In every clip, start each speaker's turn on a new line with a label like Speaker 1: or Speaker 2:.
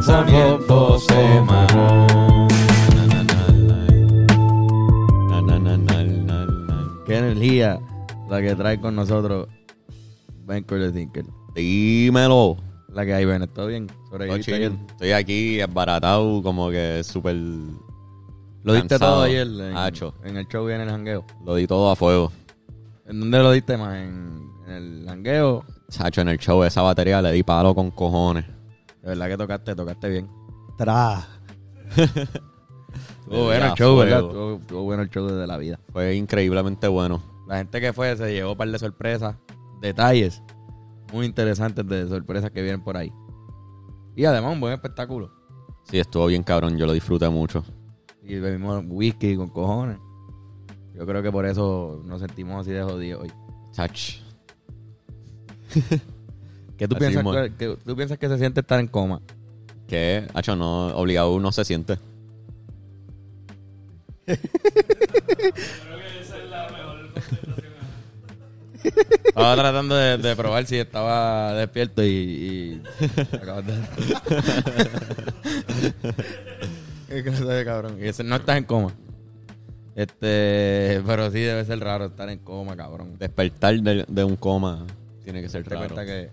Speaker 1: tiempo semanal. Na, na, na, na, na, na.
Speaker 2: Qué energía la que trae con nosotros Ben Curtis Dinkel.
Speaker 1: Dímelo.
Speaker 2: La que hay, Ben. ¿Todo bien?
Speaker 1: Todo
Speaker 2: ¿Sobreviviste
Speaker 1: chill.
Speaker 2: ayer?
Speaker 1: Estoy aquí esbaratado, como que súper.
Speaker 2: Lo diste
Speaker 1: Cansado.
Speaker 2: todo ayer en,
Speaker 1: Hacho.
Speaker 2: en el show y en el jangueo.
Speaker 1: Lo di todo a fuego.
Speaker 2: ¿En dónde lo diste más? ¿En, en el jangueo?
Speaker 1: Sacho, en el show esa batería le di palo con cojones.
Speaker 2: De verdad que tocaste, tocaste bien.
Speaker 3: Tra.
Speaker 1: Le
Speaker 2: Estuvo
Speaker 1: di
Speaker 2: bueno el
Speaker 1: a
Speaker 2: show, eh. ¿verdad?
Speaker 1: fuego.
Speaker 2: Estuvo, estuvo bueno el show desde la vida.
Speaker 1: Fue increíblemente bueno.
Speaker 2: La gente que fue se llevó un par de sorpresas, detalles muy interesantes de sorpresas que vienen por ahí. Y además un buen espectáculo.
Speaker 1: Sí, estuvo bien cabrón, yo lo disfruté mucho.
Speaker 2: Y bebimos whisky con cojones. Yo creo que por eso nos sentimos así de jodidos hoy.
Speaker 1: Chach.
Speaker 2: ¿Qué tú,
Speaker 1: Así
Speaker 2: piensas
Speaker 1: mismo es.
Speaker 2: que, que- tú piensas que se siente estar en coma?
Speaker 1: Que, hacho, no, obligado uno se siente.
Speaker 2: Estaba tratando de, de probar si estaba despierto y... y... acabas de- Qué clase de cabrón. Y ese- no estás en coma. Este, pero sí debe ser raro estar en coma, cabrón.
Speaker 1: Despertar de, de un coma tiene que ser
Speaker 2: Te
Speaker 1: raro.
Speaker 2: cuenta que.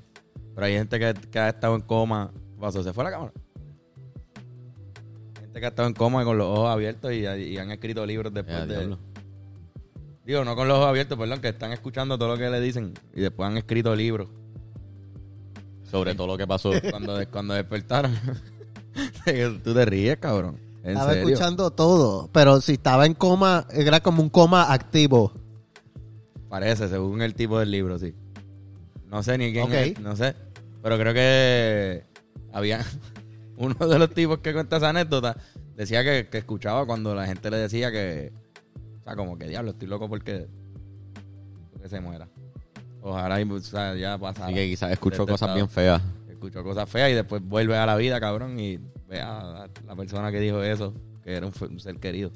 Speaker 2: Pero hay gente que, que ha estado en coma. Vaso, se fue la cámara. Gente que ha estado en coma con los ojos abiertos y, y han escrito libros después
Speaker 1: Ya,
Speaker 2: de.
Speaker 1: diablo.
Speaker 2: Digo, no con los ojos abiertos, perdón, que están escuchando todo lo que le dicen y después han escrito libros.
Speaker 1: Sobre todo lo que pasó.
Speaker 2: Cuando, des- cuando despertaron. Tú te ríes, cabrón. En
Speaker 3: Estaba
Speaker 2: serio.
Speaker 3: escuchando todo, pero si estaba en coma, era como un coma activo.
Speaker 2: Parece, según el tipo del libro, sí. No sé ni quién
Speaker 3: Ok.
Speaker 2: es, no sé. Pero creo que había uno de los tipos que cuenta esa anécdota decía que, que escuchaba cuando la gente le decía que, o sea, como que diablo, estoy loco porque, porque se muera. Ojalá y, o sea, ya pasara.
Speaker 1: Así que quizás escuchó
Speaker 2: Detestado.
Speaker 1: cosas bien feas.
Speaker 2: Escuchó cosas feas y después vuelve a la vida, cabrón, y ve a la, la persona que dijo eso, que era un, fe- un ser querido.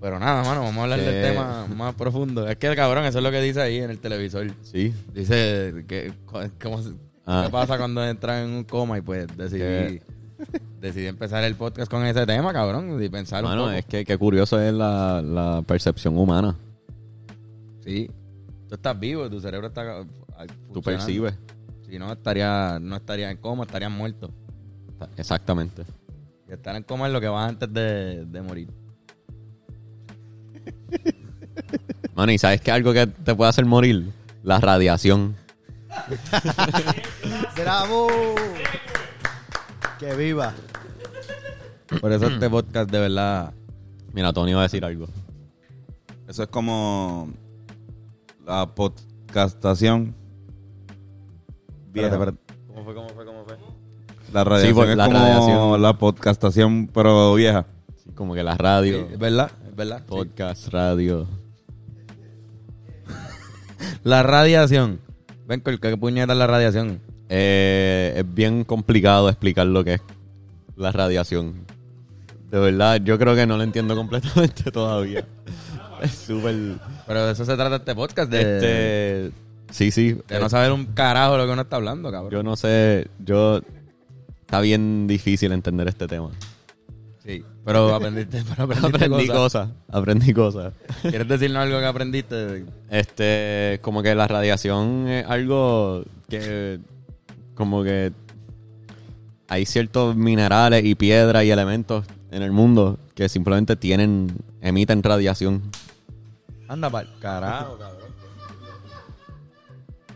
Speaker 2: Pero nada, mano, vamos a hablar del
Speaker 1: Que-
Speaker 2: tema más profundo. Es que, cabrón, eso es lo que dice ahí en el televisor.
Speaker 1: Sí.
Speaker 2: Dice que co- cómo se-
Speaker 1: Ah.
Speaker 2: qué pasa cuando entran en un coma y pues decidí,
Speaker 1: Que-
Speaker 2: decidí empezar el podcast con ese tema, cabrón, y pensar un
Speaker 1: Bueno,
Speaker 2: poco.
Speaker 1: es que qué curioso es la, la percepción humana.
Speaker 2: Sí. Tú estás vivo, tu cerebro está ah,
Speaker 1: Tú
Speaker 2: funcionando.
Speaker 1: percibes.
Speaker 2: Si no, estaría, no estaría en coma, estarías muerto.
Speaker 1: Ta- Exactamente.
Speaker 2: Y estar en coma es lo que vas antes de, de morir.
Speaker 1: Mano, ¿y sabes que algo que te puede hacer morir? La radiación.
Speaker 3: ¡Bravo! ¡Que viva!
Speaker 2: Por eso este podcast de verdad.
Speaker 1: Mira, Tony va a decir algo.
Speaker 4: Eso es como la podcastación. Vieja.
Speaker 2: ¿Cómo fue? ¿Cómo fue? ¿Cómo fue?
Speaker 4: La radiación
Speaker 1: Sí, pues,
Speaker 4: es
Speaker 1: la
Speaker 4: como
Speaker 1: radiación.
Speaker 4: la podcastación, pero vieja.
Speaker 1: Sí, Como que la radio,
Speaker 2: Es verdad, es verdad.
Speaker 1: podcast, radio.
Speaker 2: La radiación. Ven, Col, ¿qué puñeta es la radiación?
Speaker 1: Eh, es bien complicado explicar lo que es la radiación. De verdad, yo creo que no lo entiendo completamente todavía. Es súper...
Speaker 2: Pero de eso se trata este podcast, de,
Speaker 1: Este, sí, sí. eh,
Speaker 2: de no saber un carajo lo que uno está hablando, cabrón.
Speaker 1: Yo no sé, yo... Está bien difícil entender este tema.
Speaker 2: sí, pero aprendiste, pero aprendiste
Speaker 1: Aprendí
Speaker 2: cosas.
Speaker 1: cosas, aprendí cosas.
Speaker 2: ¿Quieres decirnos algo que aprendiste?
Speaker 1: Este, como que la radiación es algo que, como que hay ciertos minerales y piedras y elementos en el mundo que simplemente tienen, emiten radiación.
Speaker 2: Anda pa'l carajo, cabrón.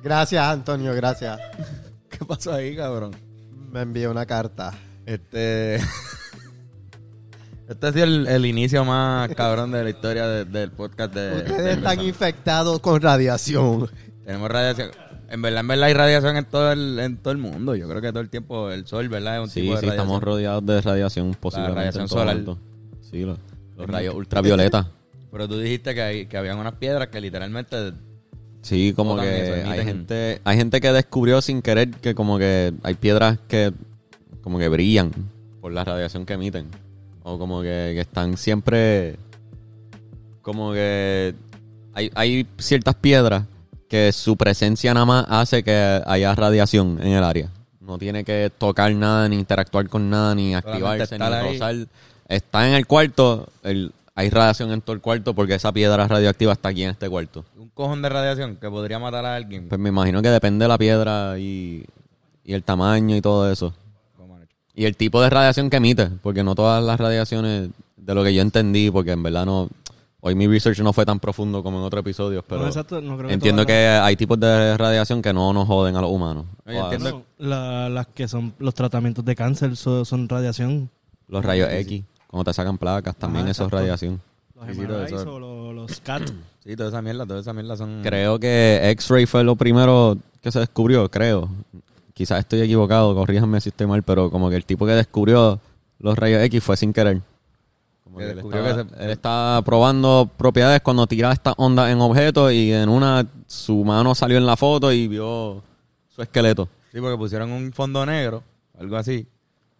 Speaker 3: Gracias, Antonio, gracias.
Speaker 2: ¿Qué pasó ahí, cabrón?
Speaker 3: Me envió una carta.
Speaker 2: Este. Este ha sido el, el inicio más cabrón de la historia de- del podcast de. de
Speaker 3: Ustedes están
Speaker 2: Pensando.
Speaker 3: infectados con radiación.
Speaker 2: Tenemos radiación. En verdad, en verdad hay radiación en todo el, en todo el mundo. Yo creo que todo el tiempo el sol, ¿verdad? Es un
Speaker 1: Sí, sí,
Speaker 2: tipo de radiación.
Speaker 1: estamos rodeados de radiación posiblemente.
Speaker 2: radiación
Speaker 1: en todo
Speaker 2: solar.
Speaker 1: momento. Sí, lo- los rayos ultravioleta.
Speaker 2: Pero tú dijiste que, hay, que habían unas piedras que literalmente
Speaker 1: Sí, como
Speaker 2: Botan eso,
Speaker 1: que hay
Speaker 2: emiten-
Speaker 1: gente, hay gente que descubrió sin querer que como que hay piedras que como que brillan por la radiación que emiten. O como que, que están siempre como que hay, hay ciertas piedras que su presencia nada más hace que haya radiación en el área. No tiene que tocar nada, ni interactuar con nada, ni activarse, ni
Speaker 2: estar ahí.
Speaker 1: rozar. Está en el cuarto, el- hay radiación en todo el cuarto porque esa piedra radioactiva está aquí en este cuarto.
Speaker 2: Un cojón de radiación que podría matar a alguien.
Speaker 1: Pues me imagino que depende de la piedra y, y el tamaño y todo eso.
Speaker 2: Como-
Speaker 1: Y el tipo de radiación que emite, porque no todas las radiaciones, de lo que yo entendí, porque en verdad no. Hoy mi research no fue tan profundo como en otros episodios, pero
Speaker 5: No, exacto, no creo que
Speaker 1: entiendo que
Speaker 5: todas
Speaker 1: hay tipos de radiación que no nos joden a los humanos.
Speaker 2: No, yo
Speaker 1: O a-
Speaker 2: entiendo-
Speaker 5: No, la- las que son los tratamientos de cáncer so- son radiación.
Speaker 1: Los rayos X, cuando te sacan placas, también
Speaker 5: Ajá,
Speaker 1: eso es
Speaker 5: exacto.
Speaker 1: radiación.
Speaker 5: Los
Speaker 2: Sí, sí, todo
Speaker 5: MRIs
Speaker 2: eso.
Speaker 5: o los, los CAT.
Speaker 2: Sí, toda esa mierda, toda esa mierda son...
Speaker 1: Creo que X-ray fue lo primero que se descubrió, creo. Quizás estoy equivocado, corríjanme si estoy mal, pero como que el tipo que descubrió los rayos X fue sin querer. Como
Speaker 2: Que
Speaker 1: que él,
Speaker 2: descubrió
Speaker 1: estaba,
Speaker 2: que
Speaker 1: él estaba probando propiedades cuando tiraba estas ondas en objetos y en una su mano salió en la foto y vio su esqueleto.
Speaker 2: Sí, porque pusieron un fondo negro, algo así,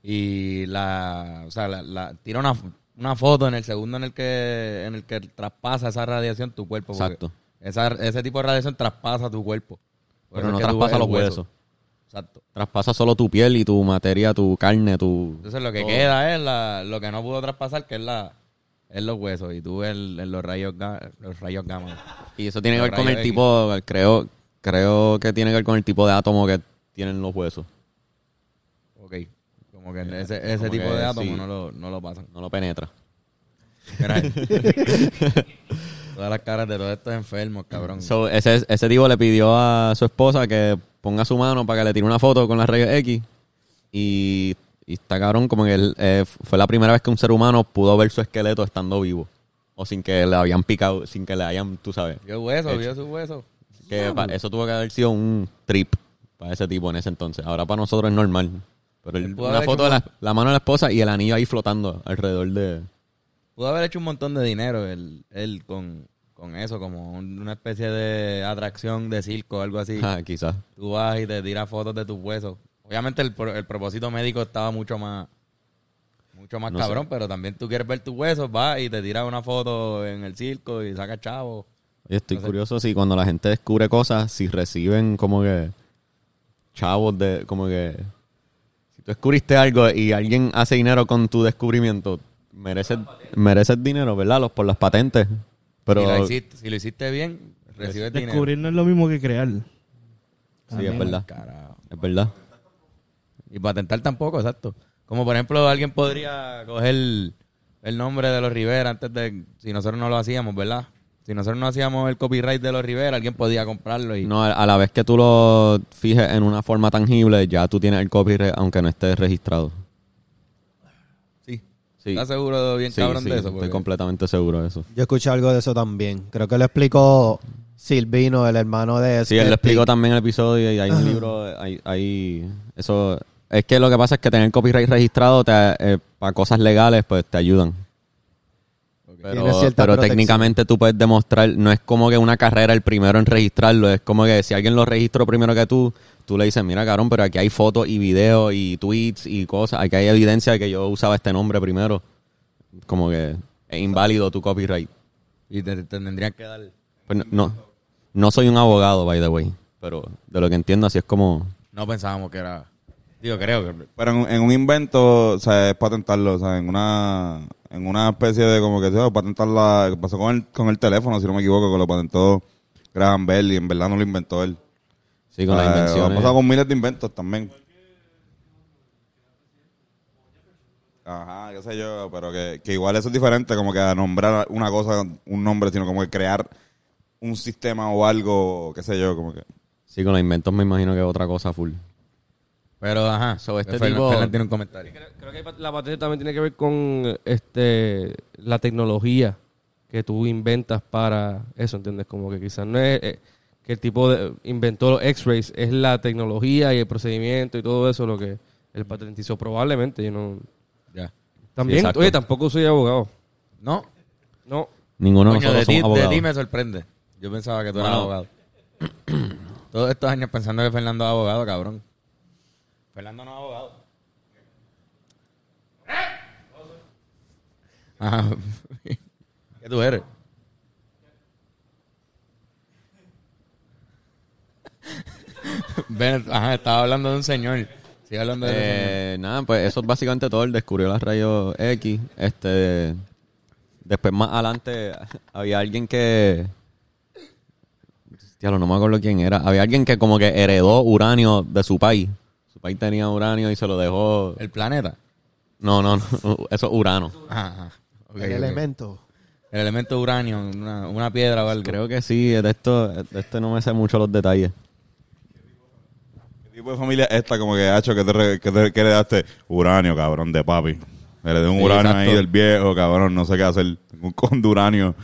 Speaker 2: y la, o sea, la, la- tira una, una foto en el segundo en el que en el que traspasa esa radiación tu cuerpo. porque
Speaker 1: Exacto.
Speaker 2: Esa, ese tipo de radiación traspasa tu cuerpo. Por eso
Speaker 1: Pero
Speaker 2: es
Speaker 1: no
Speaker 2: que tú
Speaker 1: traspasa
Speaker 2: ves
Speaker 1: los
Speaker 2: el
Speaker 1: huesos.
Speaker 2: Exacto.
Speaker 1: Traspasa solo tu piel y tu materia, tu carne, tu...
Speaker 2: Entonces lo que
Speaker 1: todo.
Speaker 2: queda es la, lo que no pudo traspasar, que es la es los huesos y tú ves el- el- los rayos ga- los rayos gamma.
Speaker 1: Y eso tiene que
Speaker 2: Los
Speaker 1: ver con el
Speaker 2: rayos
Speaker 1: tipo, creo, creo que tiene que ver con el tipo de átomo que tienen los huesos.
Speaker 2: Ok. Como que ese, ese
Speaker 1: Como
Speaker 2: tipo
Speaker 1: que
Speaker 2: de átomos
Speaker 1: sí.
Speaker 2: no, lo, no lo pasan.
Speaker 1: No lo penetra.
Speaker 2: Mira ahí. Todas las caras de todos estos enfermos, cabrón.
Speaker 1: So, ese, ese tipo le pidió a su esposa que ponga su mano para que le tire una foto con la rayos X. Y, y está cabrón, como que él, eh, fue la primera vez que un ser humano pudo ver su esqueleto estando vivo. O sin que le habían picado, sin que le hayan, tú sabes.
Speaker 2: Vio hueso,
Speaker 1: eh,
Speaker 2: vio su hueso.
Speaker 1: Que pa- eso tuvo que haber sido un trip para ese tipo en ese entonces. Ahora para nosotros es normal. Pero el-
Speaker 2: Él pudo
Speaker 1: una
Speaker 2: haber
Speaker 1: foto de
Speaker 2: hecho
Speaker 1: la, la mano de la esposa y el anillo ahí flotando alrededor de...
Speaker 2: Pudo haber hecho un montón de dinero él, él con, con eso, como un- una especie de atracción de circo o algo así.
Speaker 1: Ah, quizás.
Speaker 2: Tú vas y te tiras fotos de tus huesos. Obviamente el, pro- el propósito médico estaba mucho más mucho más
Speaker 1: No sé.
Speaker 2: cabrón, pero también tú quieres ver tus huesos, vas y te tiras una foto en el circo y sacas chavo.
Speaker 1: Yo estoy
Speaker 2: No sé.
Speaker 1: curioso si cuando la gente descubre cosas, si reciben como que chavos de como que si tú descubriste algo y alguien hace dinero con tu descubrimiento, mereces mereces dinero, ¿verdad? Los por las patentes. Pero
Speaker 2: si, lo hiciste, si lo hiciste bien, recibes dinero.
Speaker 5: Descubrir no es lo mismo que crear.
Speaker 1: sí,
Speaker 2: Ah,
Speaker 1: es verdad.
Speaker 2: Carajo.
Speaker 1: Es verdad.
Speaker 2: Y patentar tampoco, exacto. Como por ejemplo, alguien podría coger el nombre de los Rivera antes de. Si nosotros no lo hacíamos, ¿verdad? Si nosotros no hacíamos el copyright de los Rivera, alguien podía comprarlo y.
Speaker 1: No, a- a la vez que tú lo fijes en una forma tangible, ya tú tienes el copyright aunque no estés registrado.
Speaker 2: Sí.
Speaker 1: Sí.
Speaker 2: ¿Estás seguro bien
Speaker 1: Sí,
Speaker 2: cabrón
Speaker 1: sí,
Speaker 2: de eso?
Speaker 1: estoy
Speaker 2: Porque-
Speaker 1: completamente seguro de eso.
Speaker 3: Yo escuché algo de eso también. Creo que lo explicó Silvino, el hermano de
Speaker 1: Sí,
Speaker 3: este
Speaker 1: él lo
Speaker 3: Skeptic.
Speaker 1: explicó también en el episodio y hay un libro, hay, hay- eso, es que lo que pasa es que tener copyright registrado te, eh, para cosas legales pues te ayudan. Pero,
Speaker 3: Tiene cierta
Speaker 1: pero
Speaker 3: protección.
Speaker 1: técnicamente tú puedes demostrar, no es como que una carrera el primero en registrarlo, es como que si alguien lo registró primero que tú, tú le dices, mira cabrón, pero aquí hay fotos y videos y tweets y cosas, aquí hay evidencia de que yo usaba este nombre primero. Como que es inválido tu copyright.
Speaker 2: Y te, te tendrían que dar.
Speaker 1: Pues no, no, no soy un abogado, by the way, pero de lo que entiendo así es como...
Speaker 2: No pensábamos que era. Digo, creo que.
Speaker 4: Pero en, en un invento, o sea, es patentarlo, o sea, en una, en una especie de como que, sea, patentar la, pasó con el, con el teléfono, si no me equivoco, que lo patentó Graham Bell y en verdad no lo inventó él.
Speaker 1: Sí, con las
Speaker 4: Eh, Ha
Speaker 1: invenciones.
Speaker 4: pasado con miles de inventos también. Ajá, qué sé yo, pero que, que igual eso es diferente como que a nombrar una cosa, un nombre, sino como que crear un sistema o algo, qué sé yo, como que...
Speaker 1: Sí, con los inventos me imagino que es otra cosa full.
Speaker 2: Pero ajá.
Speaker 1: So, este
Speaker 2: Fernan-
Speaker 1: tipo-
Speaker 2: Fernan tiene un comentario.
Speaker 6: Creo que la patente también tiene que ver con este la tecnología que tú inventas para eso, ¿entiendes? Como que quizás no es eh, que el tipo de- inventó los X-rays, es la tecnología y el procedimiento y todo eso lo que el patentizó probablemente, yo no
Speaker 2: Ya.
Speaker 6: También,
Speaker 1: exacto.
Speaker 6: oye, tampoco soy abogado.
Speaker 2: No.
Speaker 6: No.
Speaker 1: Ninguno
Speaker 2: Coño,
Speaker 1: de
Speaker 2: de
Speaker 1: nosotros
Speaker 2: ti,
Speaker 1: somos
Speaker 2: de
Speaker 1: abogados. Eh,
Speaker 2: ti me sorprende. Yo pensaba que tú eras
Speaker 1: Mano.
Speaker 2: abogado. Todos estos años pensando que Fernando es abogado, cabrón. Fernando no es abogado. Ajá. ¿Eh? Ah, ¿Qué tú eres? Ben, ajá, estaba hablando de un señor. Sigue hablando de eso.
Speaker 1: Eh, nada, pues eso es básicamente todo. Él descubrió las rayos X. Este, después más adelante había alguien que... Diablo, no me acuerdo quién era. Había alguien que como que heredó uranio de su país. Su país tenía uranio y se lo dejó...
Speaker 2: El planeta.
Speaker 1: No, no, no. Eso es urano.
Speaker 2: Ajá.
Speaker 3: El elemento.
Speaker 2: El elemento uranio, una, una piedra o algo.
Speaker 1: Creo que sí. De esto, de esto no me sé mucho los detalles.
Speaker 4: ¿Qué tipo de familia es esta? Como que, hacho, que te, re- que te que le daste uranio, cabrón, de papi. Le de un
Speaker 2: Sí,
Speaker 4: uranio
Speaker 2: exacto.
Speaker 4: ahí del viejo, cabrón, no sé qué hacer. Un con de uranio.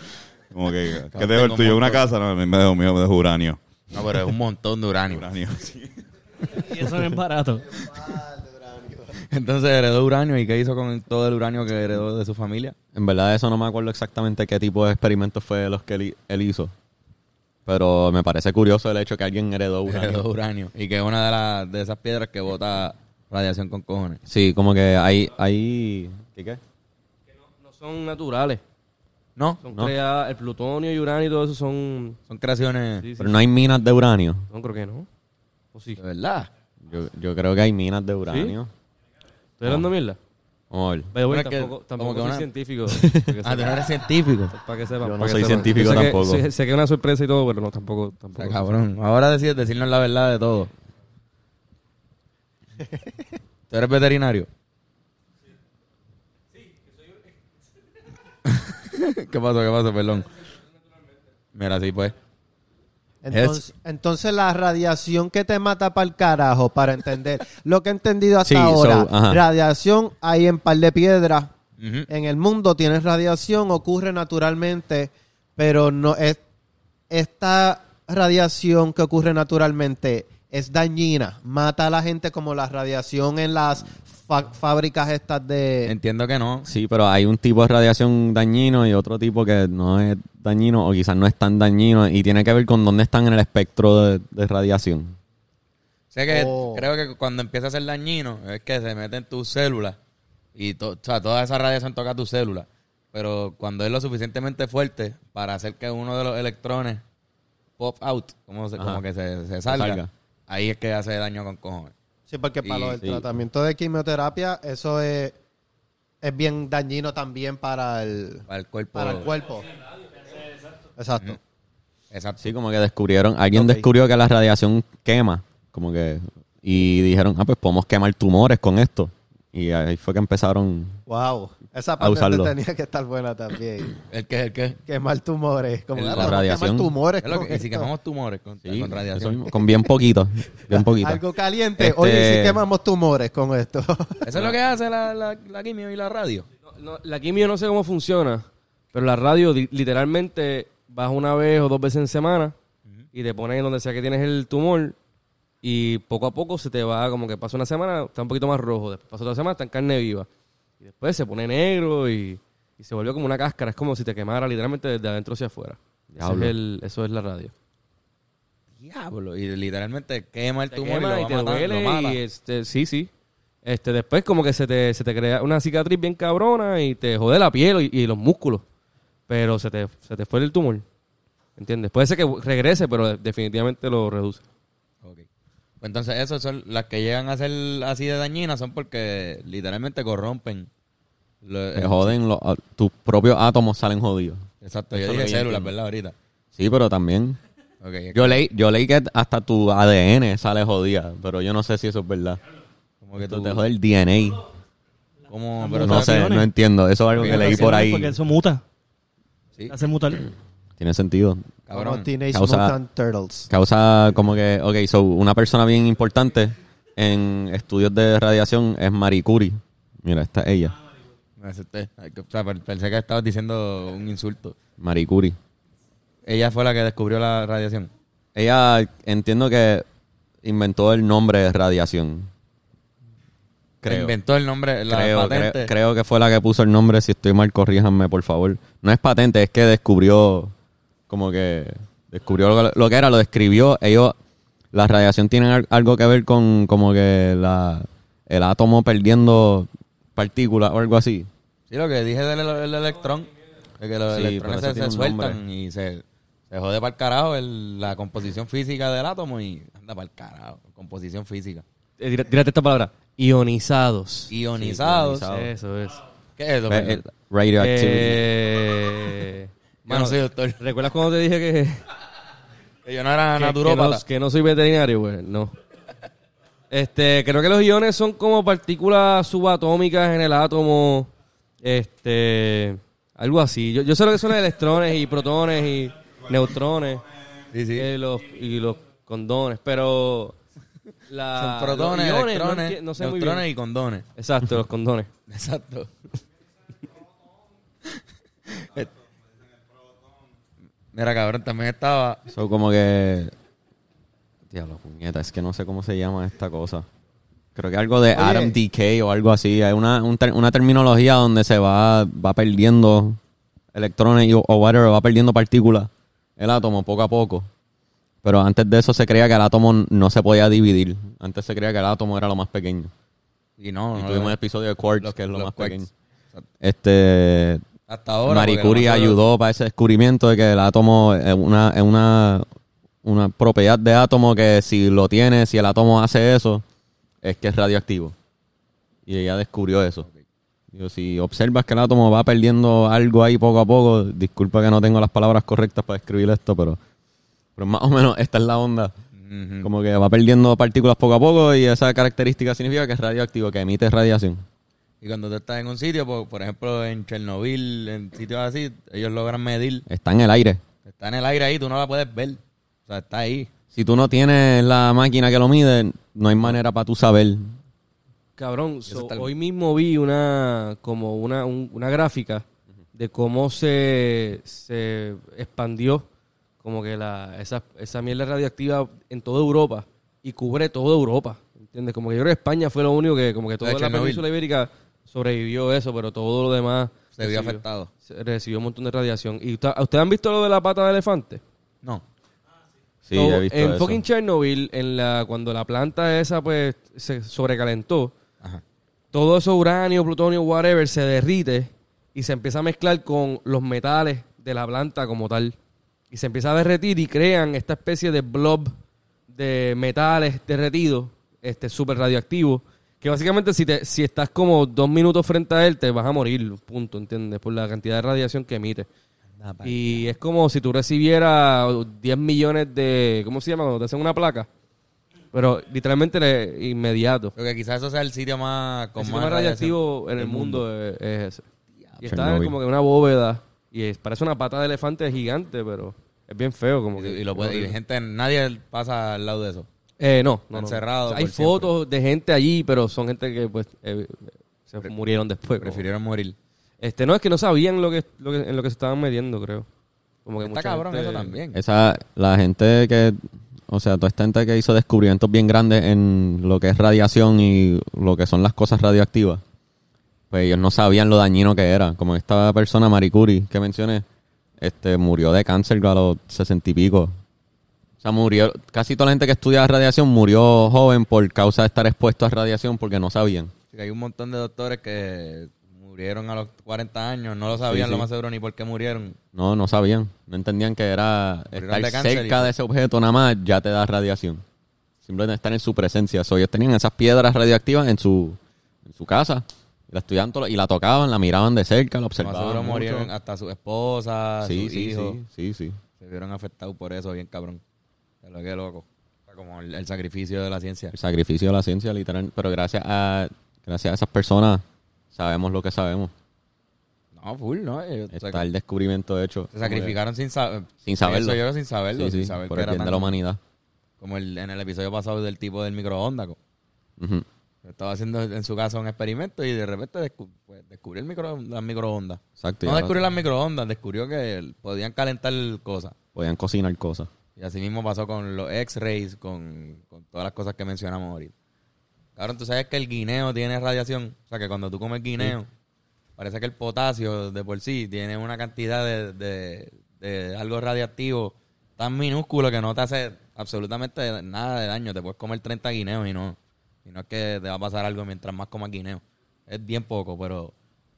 Speaker 4: Como que, ¿qué te dejo el
Speaker 2: tengo
Speaker 4: tuyo?
Speaker 2: un
Speaker 4: ¿Una
Speaker 2: montón.
Speaker 4: casa? No, a mí me dejo mío, me dejo uranio.
Speaker 2: No, pero es un montón de uranio.
Speaker 4: Uranio, sí.
Speaker 5: Y eso no es barato.
Speaker 2: Entonces heredó uranio y ¿qué hizo con todo el uranio que heredó de su familia?
Speaker 1: En verdad eso no me acuerdo exactamente qué tipo de experimentos fue los que él, él hizo. Pero me parece curioso el hecho que alguien heredó uranio.
Speaker 2: Heredó uranio. Y que es una de, las de esas piedras que bota radiación con cojones.
Speaker 1: Sí, como que hay... hay... ¿Qué qué?
Speaker 6: No son naturales.
Speaker 2: No,
Speaker 6: Son
Speaker 1: No.
Speaker 6: creadas, el plutonio y uranio y todo eso son...
Speaker 2: son creaciones
Speaker 6: sí, sí.
Speaker 1: Pero no hay minas de uranio.
Speaker 6: No creo que no. ¿O sí?
Speaker 2: de verdad.
Speaker 1: Yo, yo creo que hay minas de uranio.
Speaker 6: ¿Estoy hablando mierda?
Speaker 1: Vamos a ver.
Speaker 6: Vaya,
Speaker 2: Bueno,
Speaker 6: bueno,
Speaker 2: es que-
Speaker 6: tampoco,
Speaker 2: como
Speaker 6: tampoco
Speaker 2: que
Speaker 6: soy
Speaker 2: una-
Speaker 6: científico.
Speaker 2: Ah, tú no eres científico.
Speaker 6: Para que sepan.
Speaker 1: Yo no
Speaker 6: pa' que
Speaker 1: soy
Speaker 6: sepan.
Speaker 1: científico
Speaker 6: Yo sé que-
Speaker 1: tampoco.
Speaker 6: sé- sé que es una sorpresa y todo, pero no, tampoco.
Speaker 2: O
Speaker 6: tampoco
Speaker 2: sea, cabrón. Ahora decides decirnos la verdad de todo. ¿Tú eres veterinario? ¿Qué pasó? ¿Qué pasó? Perdón. Mira, sí, pues.
Speaker 3: Entonces, entonces la radiación que te mata para el carajo, para entender. Lo que he entendido hasta
Speaker 1: Sí, so,
Speaker 3: ahora,
Speaker 1: ajá.
Speaker 3: radiación hay en par de piedras.
Speaker 2: Ujú.
Speaker 3: En el mundo tienes radiación, ocurre naturalmente, pero no es esta radiación que ocurre naturalmente es dañina, mata a la gente como la radiación en las fa- fábricas estas
Speaker 6: Eh,
Speaker 3: de
Speaker 2: Entiendo que no.
Speaker 1: Sí, pero hay un tipo de radiación dañino y otro tipo que no es dañino o quizás no es tan dañino y tiene que ver con dónde están en el espectro de, de radiación.
Speaker 2: Sé que
Speaker 3: Oh.
Speaker 2: creo que cuando empieza a ser dañino es que se mete en tus células y to- o sea, toda esa radiación toca tus células. Pero cuando es lo suficientemente fuerte para hacer que uno de los electrones pop out, como, se-
Speaker 1: Ajá.
Speaker 2: como que se, se salga,
Speaker 1: salga.
Speaker 2: ahí es que hace daño con cojones.
Speaker 3: Sí, porque para
Speaker 2: Y-
Speaker 3: lo del
Speaker 1: sí.
Speaker 3: tratamiento de quimioterapia, eso es, es bien dañino también para el,
Speaker 2: Para el cuerpo.
Speaker 3: para el
Speaker 1: Oh.
Speaker 3: cuerpo.
Speaker 1: Mm.
Speaker 3: Exacto.
Speaker 2: Exacto.
Speaker 1: Sí, como que descubrieron, alguien descubrió que la radiación quema, como que y dijeron, "Ah, pues podemos quemar tumores con esto." Y ahí fue que empezaron
Speaker 3: Wow. Esa
Speaker 1: A usarlo.
Speaker 3: parte tenía que estar buena también.
Speaker 2: ¿El qué? ¿El qué?
Speaker 3: Quemar tumores. Como
Speaker 2: La
Speaker 3: que podemos
Speaker 1: radiación.
Speaker 3: Quemar tumores.
Speaker 2: Es lo que-
Speaker 3: con
Speaker 2: y si
Speaker 3: esto.
Speaker 2: quemamos tumores con,
Speaker 1: Sí,
Speaker 2: con
Speaker 1: eso
Speaker 2: radiación.
Speaker 1: mismo, con bien poquito, bien poquito.
Speaker 3: Algo caliente.
Speaker 1: Este-
Speaker 3: Oye, ¿y si quemamos tumores con esto.
Speaker 2: Eso es lo que hace la, la, la quimio y la radio.
Speaker 6: No, no, la quimio no sé cómo funciona, pero la radio di- literalmente vas una vez o dos veces en semana y te ponen en donde sea que tienes el tumor y poco a poco se te va, como que pasa una semana, está un poquito más rojo, después pasa otra semana, está en carne viva. Y después se pone negro y, y se volvió como una cáscara, es como si te quemara literalmente desde adentro hacia afuera. Ese es
Speaker 1: Diablo.
Speaker 6: el- eso es la radio.
Speaker 2: Diablo. Y literalmente quema el
Speaker 6: Te
Speaker 2: tumor
Speaker 6: quema
Speaker 2: y,
Speaker 6: y
Speaker 2: lo
Speaker 6: te
Speaker 2: va matando,
Speaker 6: duele
Speaker 2: lo mata.
Speaker 6: y, este, sí, sí. Este, después como que se te, se te crea una cicatriz bien cabrona y te jode la piel y, y los músculos. Pero se te, se te fue el tumor. ¿Entiendes? Puede ser que regrese, pero de- definitivamente lo reduce.
Speaker 2: Ok. Pues entonces, esas son las que llegan a ser así de dañinas, son porque literalmente corrompen. lo-
Speaker 1: Te joden los- ah, tus propios átomos salen jodidos.
Speaker 2: Exacto, yo
Speaker 1: Eso es
Speaker 2: dije
Speaker 1: lo que yo
Speaker 2: células,
Speaker 1: entiendo.
Speaker 2: ¿verdad? Ahorita.
Speaker 1: Sí, pero también
Speaker 2: Ok, es
Speaker 1: Yo leí, yo leí que hasta tu ADN sale jodida, pero yo no sé si eso es verdad.
Speaker 2: como que
Speaker 1: Esto
Speaker 2: tú.
Speaker 1: te jode el DNA.
Speaker 2: como- pero
Speaker 1: Pero
Speaker 2: tú-
Speaker 1: no sé, no entiendo. Eso es algo que leí por
Speaker 5: Porque
Speaker 1: ahí.
Speaker 5: eso muta.
Speaker 2: Sí,
Speaker 5: te Hace mutar.
Speaker 1: Tiene sentido.
Speaker 3: Como
Speaker 2: cabrón.
Speaker 3: Teenage
Speaker 1: Causa-
Speaker 3: Mutant Turtles.
Speaker 1: Causa como que, ok, so una persona bien importante en estudios de radiación es Marie Curie. Mira, esta es ella.
Speaker 2: Me asusté. Ay, que- O sea, per- pensé que estabas diciendo un insulto.
Speaker 1: Marie Curie.
Speaker 2: Ella fue la que descubrió la radiación.
Speaker 1: Ella entiendo que inventó el nombre de radiación. Creo.
Speaker 2: Inventó el nombre, la
Speaker 1: creo,
Speaker 2: patente.
Speaker 1: creo- creo que fue la que puso el nombre. Si estoy mal, corríjanme, por favor. No es patente, es que descubrió, como que descubrió lo, lo que era, lo describió. Ellos, la radiación tiene al- algo que ver con como que la, el átomo perdiendo partículas o algo así.
Speaker 2: Sí, lo que dije del el electrón, de que los
Speaker 1: Sí,
Speaker 2: electrones
Speaker 1: pero eso
Speaker 2: se,
Speaker 1: tiene
Speaker 2: se
Speaker 1: un nombre.
Speaker 2: sueltan y se, se jode para el carajo el- la composición física del átomo y anda para el carajo, composición física.
Speaker 6: eh, tira- tírate esta palabra, ionizados.
Speaker 2: Ionizados.
Speaker 6: Eso es.
Speaker 2: ¿Qué es lo
Speaker 1: Eh, eh,
Speaker 2: que
Speaker 1: Radioactivity.
Speaker 6: Eh,
Speaker 2: Yo no soy doctor.
Speaker 6: ¿Recuerdas cuando te dije que,
Speaker 2: Que Yo no era
Speaker 6: que- que
Speaker 2: naturópata.
Speaker 6: no, que no soy veterinario? Pues no. Este, creo que los iones son como partículas subatómicas en el átomo. Este, algo así. Yo, yo sé lo que son electrones y protones y neutrones.
Speaker 2: Sí, sí.
Speaker 6: eh, los, y los condones, pero la-
Speaker 2: Son protones,
Speaker 6: los iones, no
Speaker 2: electrones,
Speaker 6: enti- no sé muy
Speaker 2: neutrones
Speaker 6: bien.
Speaker 2: y condones.
Speaker 6: Exacto, los condones.
Speaker 2: Exacto. Eh, Mira, cabrón, también estaba...
Speaker 1: So, como que. Diablo, puñeta, es que no sé cómo se llama esta cosa. Creo que algo de Adam Decay o algo así. Hay una, un ter- una terminología donde se va, va perdiendo electrones y- o whatever, va perdiendo partículas. El átomo poco a poco. Pero antes de eso se creía que el átomo no se podía dividir. Antes se creía que el átomo era lo más pequeño.
Speaker 2: Y no,
Speaker 1: Y
Speaker 2: no,
Speaker 1: tuvimos
Speaker 2: no.
Speaker 1: el episodio de quarks,
Speaker 2: eh, Los-
Speaker 1: que es lo
Speaker 2: los
Speaker 1: más
Speaker 2: quarks.
Speaker 1: pequeño. Este.
Speaker 2: Hasta ahora.
Speaker 1: Marie
Speaker 2: porque
Speaker 1: Curie
Speaker 2: no me acuerdo-
Speaker 1: ayudó para ese descubrimiento de que el átomo es una, es una, una propiedad de átomo que si lo tiene, si el átomo hace eso, es que es radioactivo. Y ella descubrió eso. Digo, si observas que el átomo va perdiendo algo ahí poco a poco, disculpa que no tengo las palabras correctas para describir esto, pero, pero más o menos esta es la onda.
Speaker 2: Ujú.
Speaker 1: Como que va perdiendo partículas poco a poco y esa característica significa que es radioactivo, que emite radiación.
Speaker 2: Y cuando tú estás en un sitio, por, por ejemplo, en Chernobyl, en sitios así, ellos logran medir.
Speaker 1: Está en el aire.
Speaker 2: Está en el aire ahí, tú no la puedes ver. O sea, está ahí.
Speaker 1: Si tú no tienes la máquina que lo mide, no hay manera para tú saber.
Speaker 6: Cabrón, so,
Speaker 2: está el-
Speaker 6: hoy mismo vi una como una, un- una gráfica de cómo se, se expandió como que la, esa, esa mierda radioactiva en toda Europa y cubre toda Europa, ¿entiendes? Como que yo creo que España fue lo único que como que toda
Speaker 2: De
Speaker 6: la
Speaker 2: Chernobyl.
Speaker 6: península ibérica sobrevivió eso, pero todo lo demás
Speaker 2: Se vio
Speaker 6: recibió-
Speaker 2: afectado.
Speaker 6: se- recibió un montón de radiación. ¿Y usted- ustedes han visto lo de la pata de elefante?
Speaker 2: No.
Speaker 1: Sí,
Speaker 6: So,
Speaker 1: he visto
Speaker 6: en
Speaker 1: eso.
Speaker 6: fucking Chernobyl, en la, cuando la planta esa pues se sobrecalentó,
Speaker 2: Ajá.
Speaker 6: todo eso uranio, plutonio, whatever, se derrite y se empieza a mezclar con los metales de la planta como tal. Y se empieza a derretir y crean esta especie de blob de metales derretidos, este súper radioactivo, que básicamente si, te, si estás como dos minutos frente a él, te vas a morir, punto, ¿entiendes? Por la cantidad de radiación que emite. Y es como si tú recibieras 10 millones de... ¿Cómo se llama? Cuando te hacen una placa. Pero literalmente le- inmediato.
Speaker 2: Lo que quizás eso sea el sitio más con
Speaker 6: El
Speaker 2: más
Speaker 6: más radioactivo en
Speaker 2: del
Speaker 6: el mundo es, es ese. Y está
Speaker 1: Chernobyl.
Speaker 6: como que en una bóveda. Y es- parece una pata de elefante gigante, pero es bien feo. Como
Speaker 2: Y,
Speaker 6: que,
Speaker 2: y lo puede, y
Speaker 6: horrible.
Speaker 2: gente, nadie pasa al lado de eso.
Speaker 6: Eh, no, no, no.
Speaker 2: encerrado
Speaker 6: O sea, hay
Speaker 2: por siempre.
Speaker 6: fotos de gente allí, pero son gente que pues eh, se murieron después. como-
Speaker 2: Prefirieron morir.
Speaker 6: Este, no, es que no sabían lo que, lo que, en lo que se estaban metiendo, creo. Como que
Speaker 2: Está
Speaker 6: mucha
Speaker 2: cabrón
Speaker 6: gente-
Speaker 2: eso también.
Speaker 1: Esa, la gente que, o sea, toda esta gente que hizo descubrimientos bien grandes en lo que es radiación y lo que son las cosas radioactivas, pues ellos no sabían lo dañino que era. Como esta persona, Marie Curie, que mencioné, este, murió de cáncer a los sesenta y pico. O sea, murió, casi toda la gente que estudia radiación murió joven por causa de estar expuesto a radiación porque no sabían.
Speaker 2: Sí, que hay un montón de doctores que murieron a los 40 años, no lo sabían
Speaker 1: Sí, sí.
Speaker 2: lo más seguro ni por qué murieron.
Speaker 1: No, no sabían. No entendían que era
Speaker 2: Murieron
Speaker 1: estar
Speaker 2: de cáncer
Speaker 1: cerca
Speaker 2: y-
Speaker 1: de ese objeto nada más ya te da radiación. Simplemente estar en su presencia. So, ellos tenían esas piedras radioactivas en su, en su casa. La estudiaban todo- y la tocaban, la miraban de cerca, la
Speaker 2: Lo más Ah, seguro
Speaker 1: observaban. mucho.
Speaker 2: murieron hasta su esposa,
Speaker 1: Sí,
Speaker 2: sus
Speaker 1: sí,
Speaker 2: hijos.
Speaker 1: sí, sí, sí.
Speaker 2: Se vieron afectados por eso, bien cabrón. De lo que loco. O sea, como el, el sacrificio de la ciencia.
Speaker 1: El sacrificio de la ciencia, literal. Pero gracias a, gracias a esas personas sabemos lo que sabemos.
Speaker 2: No, full, ¿no? Ellos se-
Speaker 1: Está el descubrimiento hecho.
Speaker 2: se sacrificaron sin saber.
Speaker 1: Sin saberlo.
Speaker 2: Eso yo sin saberlo.
Speaker 1: Sí,
Speaker 2: sin
Speaker 1: sí,
Speaker 2: saber
Speaker 1: por
Speaker 2: que
Speaker 1: el
Speaker 2: era
Speaker 1: bien de
Speaker 2: tan-
Speaker 1: la humanidad.
Speaker 2: Como el, en el episodio pasado del tipo del microondas. co.
Speaker 1: Ujú.
Speaker 2: Estaba haciendo en su casa un experimento y de repente descu- pues, descubrió el micro, las microondas.
Speaker 1: Exacto. y
Speaker 2: no
Speaker 1: ahora
Speaker 2: descubrió las microondas, descubrió que podían calentar cosas.
Speaker 1: podían cocinar cosas.
Speaker 2: Y así mismo pasó con los X-rays, con, con todas las cosas que mencionamos ahorita. Cabrón, tú sabes que el guineo tiene radiación. O sea, que cuando tú comes guineo, parece que el potasio de por sí tiene una cantidad de, de- de algo radiactivo tan minúsculo que no te hace absolutamente nada de daño. Te puedes comer 30 guineos y no, y no es que te va a pasar algo mientras más comas guineo. Es bien poco, pero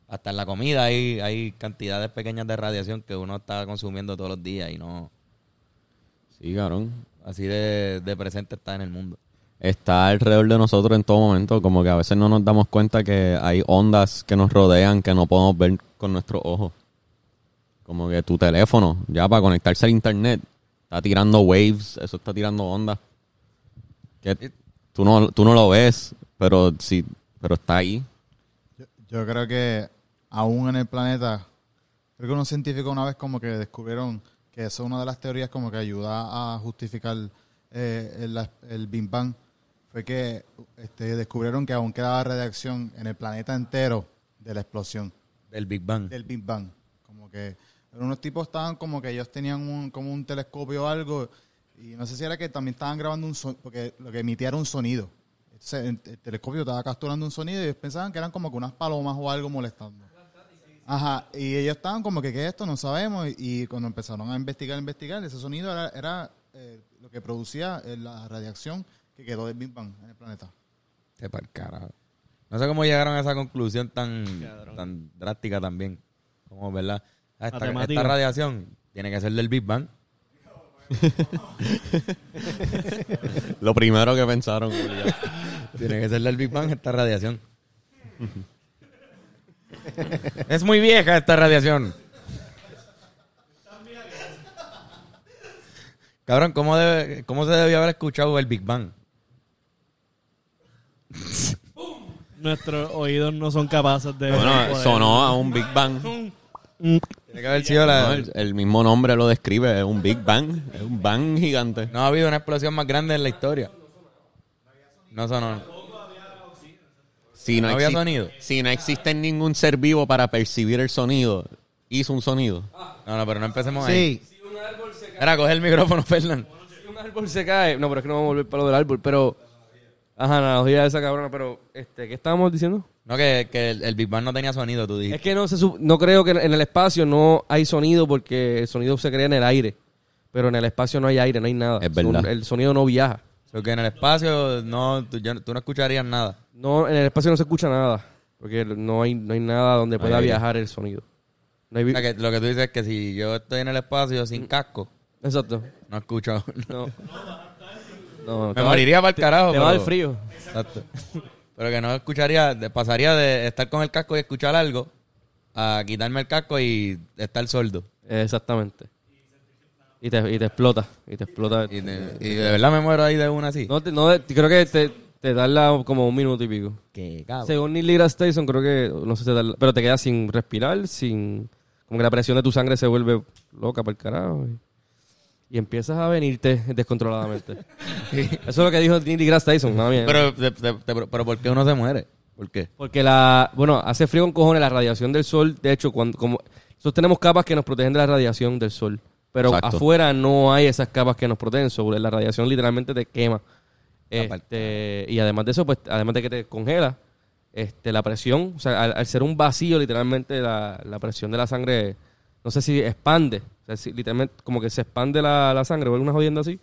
Speaker 2: hasta en la comida hay, hay cantidades pequeñas de radiación que uno está consumiendo todos los días y no
Speaker 1: Sí, cabrón.
Speaker 2: así de, de presente está en el mundo.
Speaker 1: está alrededor de nosotros en todo momento. Como que a veces no nos damos cuenta que hay ondas que nos rodean que no podemos ver con nuestros ojos. Como que tu teléfono, ya para conectarse al internet, está tirando waves, eso está tirando ondas. Que tú no, tú no lo ves, pero sí, pero está ahí.
Speaker 7: Yo, yo creo que aún en el planeta, creo que unos científicos una vez como que descubrieron que eso es una de las teorías como que ayuda a justificar eh, el, el Big Bang. Fue que este, descubrieron que aún quedaba radiación en el planeta entero de la explosión
Speaker 2: Del Big Bang.
Speaker 7: del Big Bang. Como que pero unos tipos estaban como que ellos tenían un, como un telescopio o algo y no sé si era que también estaban grabando un sonido, porque lo que emitía era un sonido. Entonces, el, el telescopio estaba capturando un sonido y ellos pensaban que eran como que unas palomas o algo molestando. Ajá, y ellos estaban como que, ¿qué es esto? No sabemos. Y, y cuando empezaron a investigar, investigar, ese sonido era, era, eh, lo que producía eh, la radiación que quedó del Big Bang en el planeta.
Speaker 2: Te pa'l carajo. No sé cómo llegaron a esa conclusión tan, tan drástica también. Como, ¿verdad? Ah, Esta,
Speaker 5: Matemática.
Speaker 2: esta radiación tiene que ser del Big Bang.
Speaker 1: Lo primero que pensaron.
Speaker 2: Tiene que ser del Big Bang esta radiación. es muy vieja esta radiación. Cabrón, ¿cómo, debe- ¿cómo se debió haber escuchado el Big Bang?
Speaker 5: Nuestros oídos no son capaces de.
Speaker 1: bueno, Este
Speaker 5: poder-
Speaker 1: sonó a un Big Bang.
Speaker 2: Tiene que haber sido la...
Speaker 1: No, el, el mismo nombre lo describe, es un Big Bang, es un bang gigante.
Speaker 2: No ha habido una explosión más grande en la historia. No sonó.
Speaker 1: Si no,
Speaker 2: ¿No había
Speaker 1: exi-
Speaker 2: sonido?
Speaker 1: Si no existe ningún ser vivo para percibir el sonido, hizo un sonido.
Speaker 2: No, no, pero no empecemos ahí.
Speaker 3: Sí,
Speaker 2: Era, coge el micrófono, Fernán.
Speaker 6: Si un árbol se cae. No, pero es que no vamos a volver para lo del árbol, pero. Ajá, analogía de esa cabrona, pero. Este, ¿Qué estábamos diciendo?
Speaker 2: No, que, que el, el Big Bang no tenía sonido, tú
Speaker 6: Es
Speaker 2: dijiste.
Speaker 6: que no, se sup- no creo que en el espacio no hay sonido porque el sonido se crea en el aire. Pero en el espacio no hay aire, no hay nada.
Speaker 1: Es verdad.
Speaker 6: Son- El sonido no viaja.
Speaker 2: So que en el espacio no, tú, yo- tú no escucharías nada.
Speaker 6: No, en el espacio no se escucha nada. Porque no hay, no hay nada donde pueda
Speaker 1: aire.
Speaker 6: viajar el sonido. No hay
Speaker 2: O
Speaker 6: vi-
Speaker 2: sea, que lo que tú dices es que si yo estoy en el espacio sin casco,
Speaker 6: Exacto.
Speaker 2: no escucho.
Speaker 6: No. No, te
Speaker 2: Me
Speaker 6: va-
Speaker 2: moriría para el carajo.
Speaker 6: Te va
Speaker 2: pero-
Speaker 6: el frío.
Speaker 2: Exacto. Pero que no escucharía, de- pasaría de estar con el casco y escuchar algo a quitarme el casco y estar sordo.
Speaker 6: Exactamente. Y te, y te explota. Y te explota.
Speaker 2: Y de, y de verdad me muero ahí de una así.
Speaker 6: No, te- no, te- creo que te, te tarda como un minuto y pico.
Speaker 2: Que cabrón.
Speaker 6: Según Neil deGrasse Tyson, creo que, no sé, si te tarda- pero te quedas sin respirar, sin... Como que la presión de tu sangre se vuelve loca para el carajo. Y, y empiezas a venirte descontroladamente. Eso es lo que dijo Neil deGrasse Tyson, mala mía.
Speaker 2: Pero, te- te- te- pero, pero ¿por qué uno se muere? ¿Por qué?
Speaker 6: Porque la... Bueno, hace frío con cojones la radiación del sol. De hecho, cuando... Como, nosotros tenemos capas que nos protegen de la radiación del sol. Pero
Speaker 1: Exacto.
Speaker 6: afuera no hay esas capas que nos protegen. Sobre la radiación literalmente te quema.
Speaker 2: Aparte.
Speaker 6: Este, y además de eso, pues, además de que te congela, este, la presión, o sea, al, al ser un vacío, literalmente la, la presión de la sangre, no sé si expande, o sea, si literalmente como que se expande la, la sangre, o alguna jodienda así,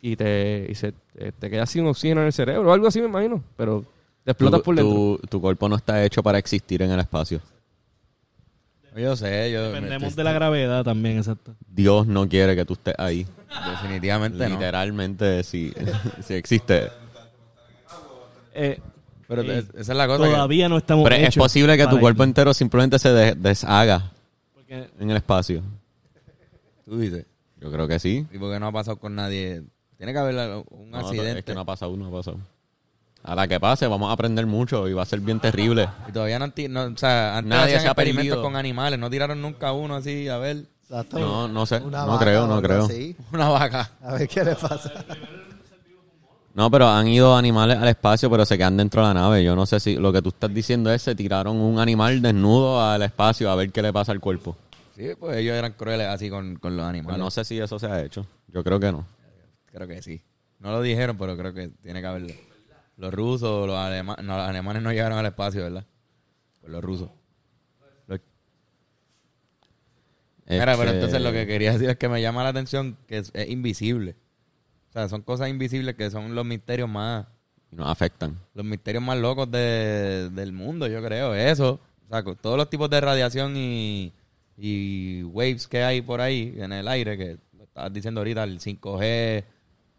Speaker 6: y te, y se, eh, te quedas sin oxígeno en el cerebro, o algo así me imagino, pero te explotas
Speaker 1: Tu-
Speaker 6: por dentro.
Speaker 1: tu, tu cuerpo no está hecho para existir en el espacio.
Speaker 2: Yo sé, yo.
Speaker 5: Dependemos de la gravedad también, exacto.
Speaker 1: Dios no quiere que tú estés ahí.
Speaker 2: Definitivamente no.
Speaker 1: Literalmente, si, si existe.
Speaker 5: Eh,
Speaker 2: Pero
Speaker 5: Ey,
Speaker 2: es- esa es la cosa. que-
Speaker 5: todavía no estamos
Speaker 1: Pero es
Speaker 5: hechos
Speaker 1: posible que tu
Speaker 5: para
Speaker 1: cuerpo
Speaker 5: ello.
Speaker 1: entero simplemente se de- deshaga
Speaker 5: Porque
Speaker 1: en el espacio.
Speaker 2: tú dices.
Speaker 1: Yo creo que sí.
Speaker 2: ¿Y por qué no ha pasado con nadie? Tiene que haber algo- un
Speaker 1: No,
Speaker 2: accidente.
Speaker 1: Es que no ha pasado, no ha pasado. A la que pase, vamos a aprender mucho y va a ser bien terrible.
Speaker 2: Y todavía no, han ti- no- o sea, antes
Speaker 1: Nadie
Speaker 2: hacían
Speaker 1: se ha
Speaker 2: experimentos
Speaker 1: perdido.
Speaker 2: con animales, no tiraron nunca uno así, a ver,
Speaker 3: exacto.
Speaker 1: No, no sé.
Speaker 3: Una
Speaker 1: No
Speaker 3: vaca
Speaker 1: creo,
Speaker 3: o
Speaker 1: no
Speaker 3: algo
Speaker 1: creo.
Speaker 3: así.
Speaker 2: una vaca.
Speaker 3: A ver qué le pasa.
Speaker 1: No, pero han ido animales al espacio, pero se quedan dentro de la nave. Yo no sé si lo que tú estás diciendo es se tiraron un animal desnudo al espacio a ver qué le pasa al cuerpo.
Speaker 2: Sí, pues ellos eran crueles así con, con los
Speaker 1: Pero
Speaker 2: animales.
Speaker 1: no sé si eso se ha hecho. Yo creo que no.
Speaker 2: Creo que sí. No lo dijeron, pero creo que tiene que haberlo. Los rusos, los alemanes, no, los alemanes no llegaron al espacio, ¿verdad? Pues los rusos. Los- Mira, pero
Speaker 1: Este,
Speaker 2: entonces lo que quería decir es que me llama la atención que es, es invisible. O sea, son cosas invisibles que son los misterios más,
Speaker 1: nos afectan.
Speaker 2: los misterios más locos de- del mundo, yo creo. Eso, o sea, con todos los tipos de radiación y, y waves que hay por ahí en el aire, que lo estabas diciendo ahorita, el 5G,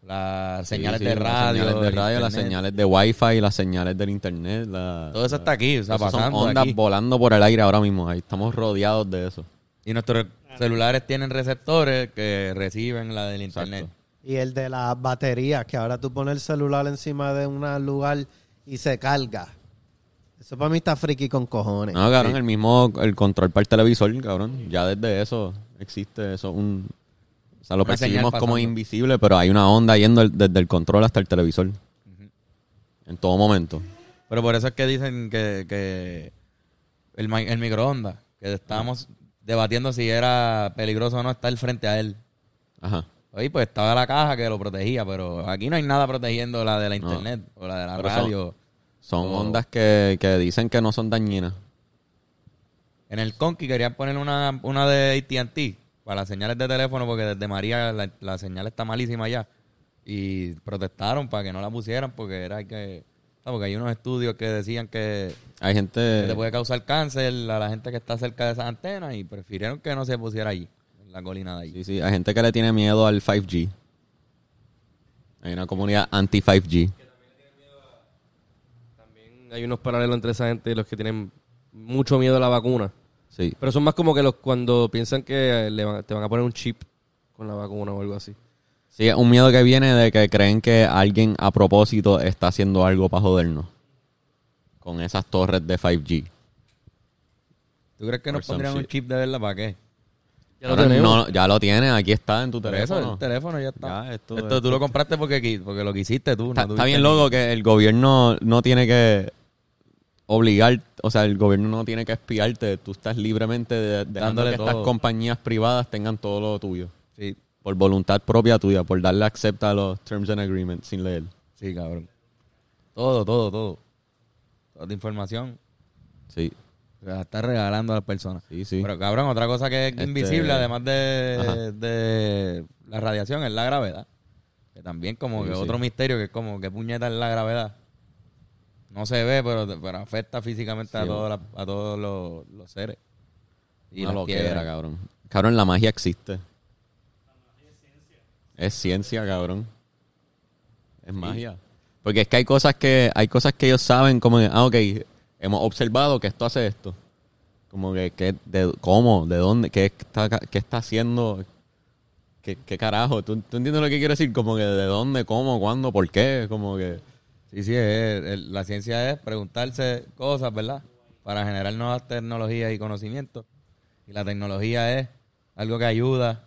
Speaker 2: las señales
Speaker 1: Sí,
Speaker 2: de
Speaker 1: sí,
Speaker 2: radio.
Speaker 1: Las señales de
Speaker 2: el
Speaker 1: radio, las
Speaker 2: internet.
Speaker 1: señales de wifi, las señales del internet. la-
Speaker 2: Todo eso está aquí, o sea,
Speaker 1: Esas son
Speaker 2: pasando
Speaker 1: ondas
Speaker 2: aquí.
Speaker 1: volando por el aire ahora mismo. Ahí estamos rodeados de eso.
Speaker 2: Y nuestros celulares tienen receptores que reciben la del internet.
Speaker 3: Y el de las baterías, que ahora tú pones el celular encima de un lugar y se carga. Eso para mí está friki con cojones.
Speaker 1: No, cabrón, el mismo el control para el televisor, cabrón. Ya desde eso existe eso. Un, o sea, lo
Speaker 2: Una señal
Speaker 1: percibimos como
Speaker 2: pasando.
Speaker 1: invisible, pero hay una onda yendo el- desde el control hasta el televisor. En todo momento.
Speaker 2: Pero por eso es que dicen que, que el, mi- el microondas, que estábamos debatiendo si era peligroso o no estar frente a él.
Speaker 1: Ajá.
Speaker 2: Oye, pues estaba la caja que lo protegía, pero aquí no hay nada protegiendo la de la
Speaker 1: No.
Speaker 2: internet o la de la
Speaker 1: Pero son-
Speaker 2: radio.
Speaker 1: Son
Speaker 2: Oh.
Speaker 1: ondas que, que dicen que no son dañinas.
Speaker 2: En el Conqui querían poner una, una de ATT para las señales de teléfono, porque desde María la, la señal está malísima ya. Y protestaron para que no la pusieran, porque era que. ah, Porque hay unos estudios que decían que
Speaker 1: Hay gente...
Speaker 2: le puede causar cáncer a la gente que está cerca de esas antenas y prefirieron que no se pusiera allí, en la colina de allí.
Speaker 1: Sí, sí, hay gente que le tiene miedo al 5G. Hay una comunidad anti-5G.
Speaker 6: También hay unos paralelos entre esa gente y los que tienen mucho miedo a la vacuna.
Speaker 1: Sí.
Speaker 6: Pero son más como que los cuando piensan que eh, le van- te van a poner un chip con la vacuna o algo así.
Speaker 1: Sí, es un miedo que viene de que creen que alguien a propósito está haciendo algo para jodernos. Con esas torres de 5G.
Speaker 2: ¿Tú crees que
Speaker 1: Or
Speaker 2: nos
Speaker 1: some
Speaker 2: pondrían un
Speaker 1: shit.
Speaker 2: chip de verdad para qué?
Speaker 6: Ya lo
Speaker 1: Ahora
Speaker 6: tenemos.
Speaker 1: no, ya lo tienes, aquí está en tu
Speaker 2: Por eso,
Speaker 1: teléfono.
Speaker 2: el teléfono ya está.
Speaker 1: Ya, esto-
Speaker 2: esto, tú lo compraste porque, qui- porque lo quisiste tú. no
Speaker 1: Está, está
Speaker 2: tuviste
Speaker 1: bien
Speaker 2: ni-
Speaker 1: loco que el gobierno no tiene que obligar, o sea, el gobierno no tiene que espiarte, tú estás libremente de, dejando
Speaker 2: Dándole
Speaker 1: que estas
Speaker 2: todo.
Speaker 1: compañías privadas tengan todo lo tuyo.
Speaker 2: Sí,
Speaker 1: Por voluntad propia tuya, por darle acepta a los terms and agreements sin leer.
Speaker 2: sí, cabrón. Todo, todo, todo. Toda tu información
Speaker 1: Sí,
Speaker 2: se la está regalando a las personas.
Speaker 1: sí, sí.
Speaker 2: Pero cabrón, otra cosa que es
Speaker 1: Este-
Speaker 2: invisible, además
Speaker 1: Ajá.
Speaker 2: de, de la radiación, es la gravedad. Que también como
Speaker 1: Sí,
Speaker 2: que
Speaker 1: sí.
Speaker 2: otro misterio que es como que puñeta es la gravedad. No se ve, pero, pero afecta físicamente a,
Speaker 1: Sí,
Speaker 2: todas las- a todos los, los seres. Y
Speaker 1: Una
Speaker 2: las
Speaker 1: loquera,
Speaker 2: quiebran.
Speaker 1: cabrón. Cabrón, la magia existe. es ciencia. cabrón. Es magia. Porque es que hay cosas que hay cosas que ellos saben como que, ah, ok, hemos observado que esto hace esto. Como que, que- de, ¿cómo? ¿De dónde? ¿Qué está, qué está haciendo? ¿Qué, qué carajo? ¿Tú, tú entiendes lo que quiero decir? Como que de dónde, cómo, cuándo, por qué. Como que...
Speaker 2: Sí, sí, es- el- la ciencia es preguntarse cosas, ¿verdad? Para generar nuevas tecnologías y conocimientos. Y la tecnología es algo que ayuda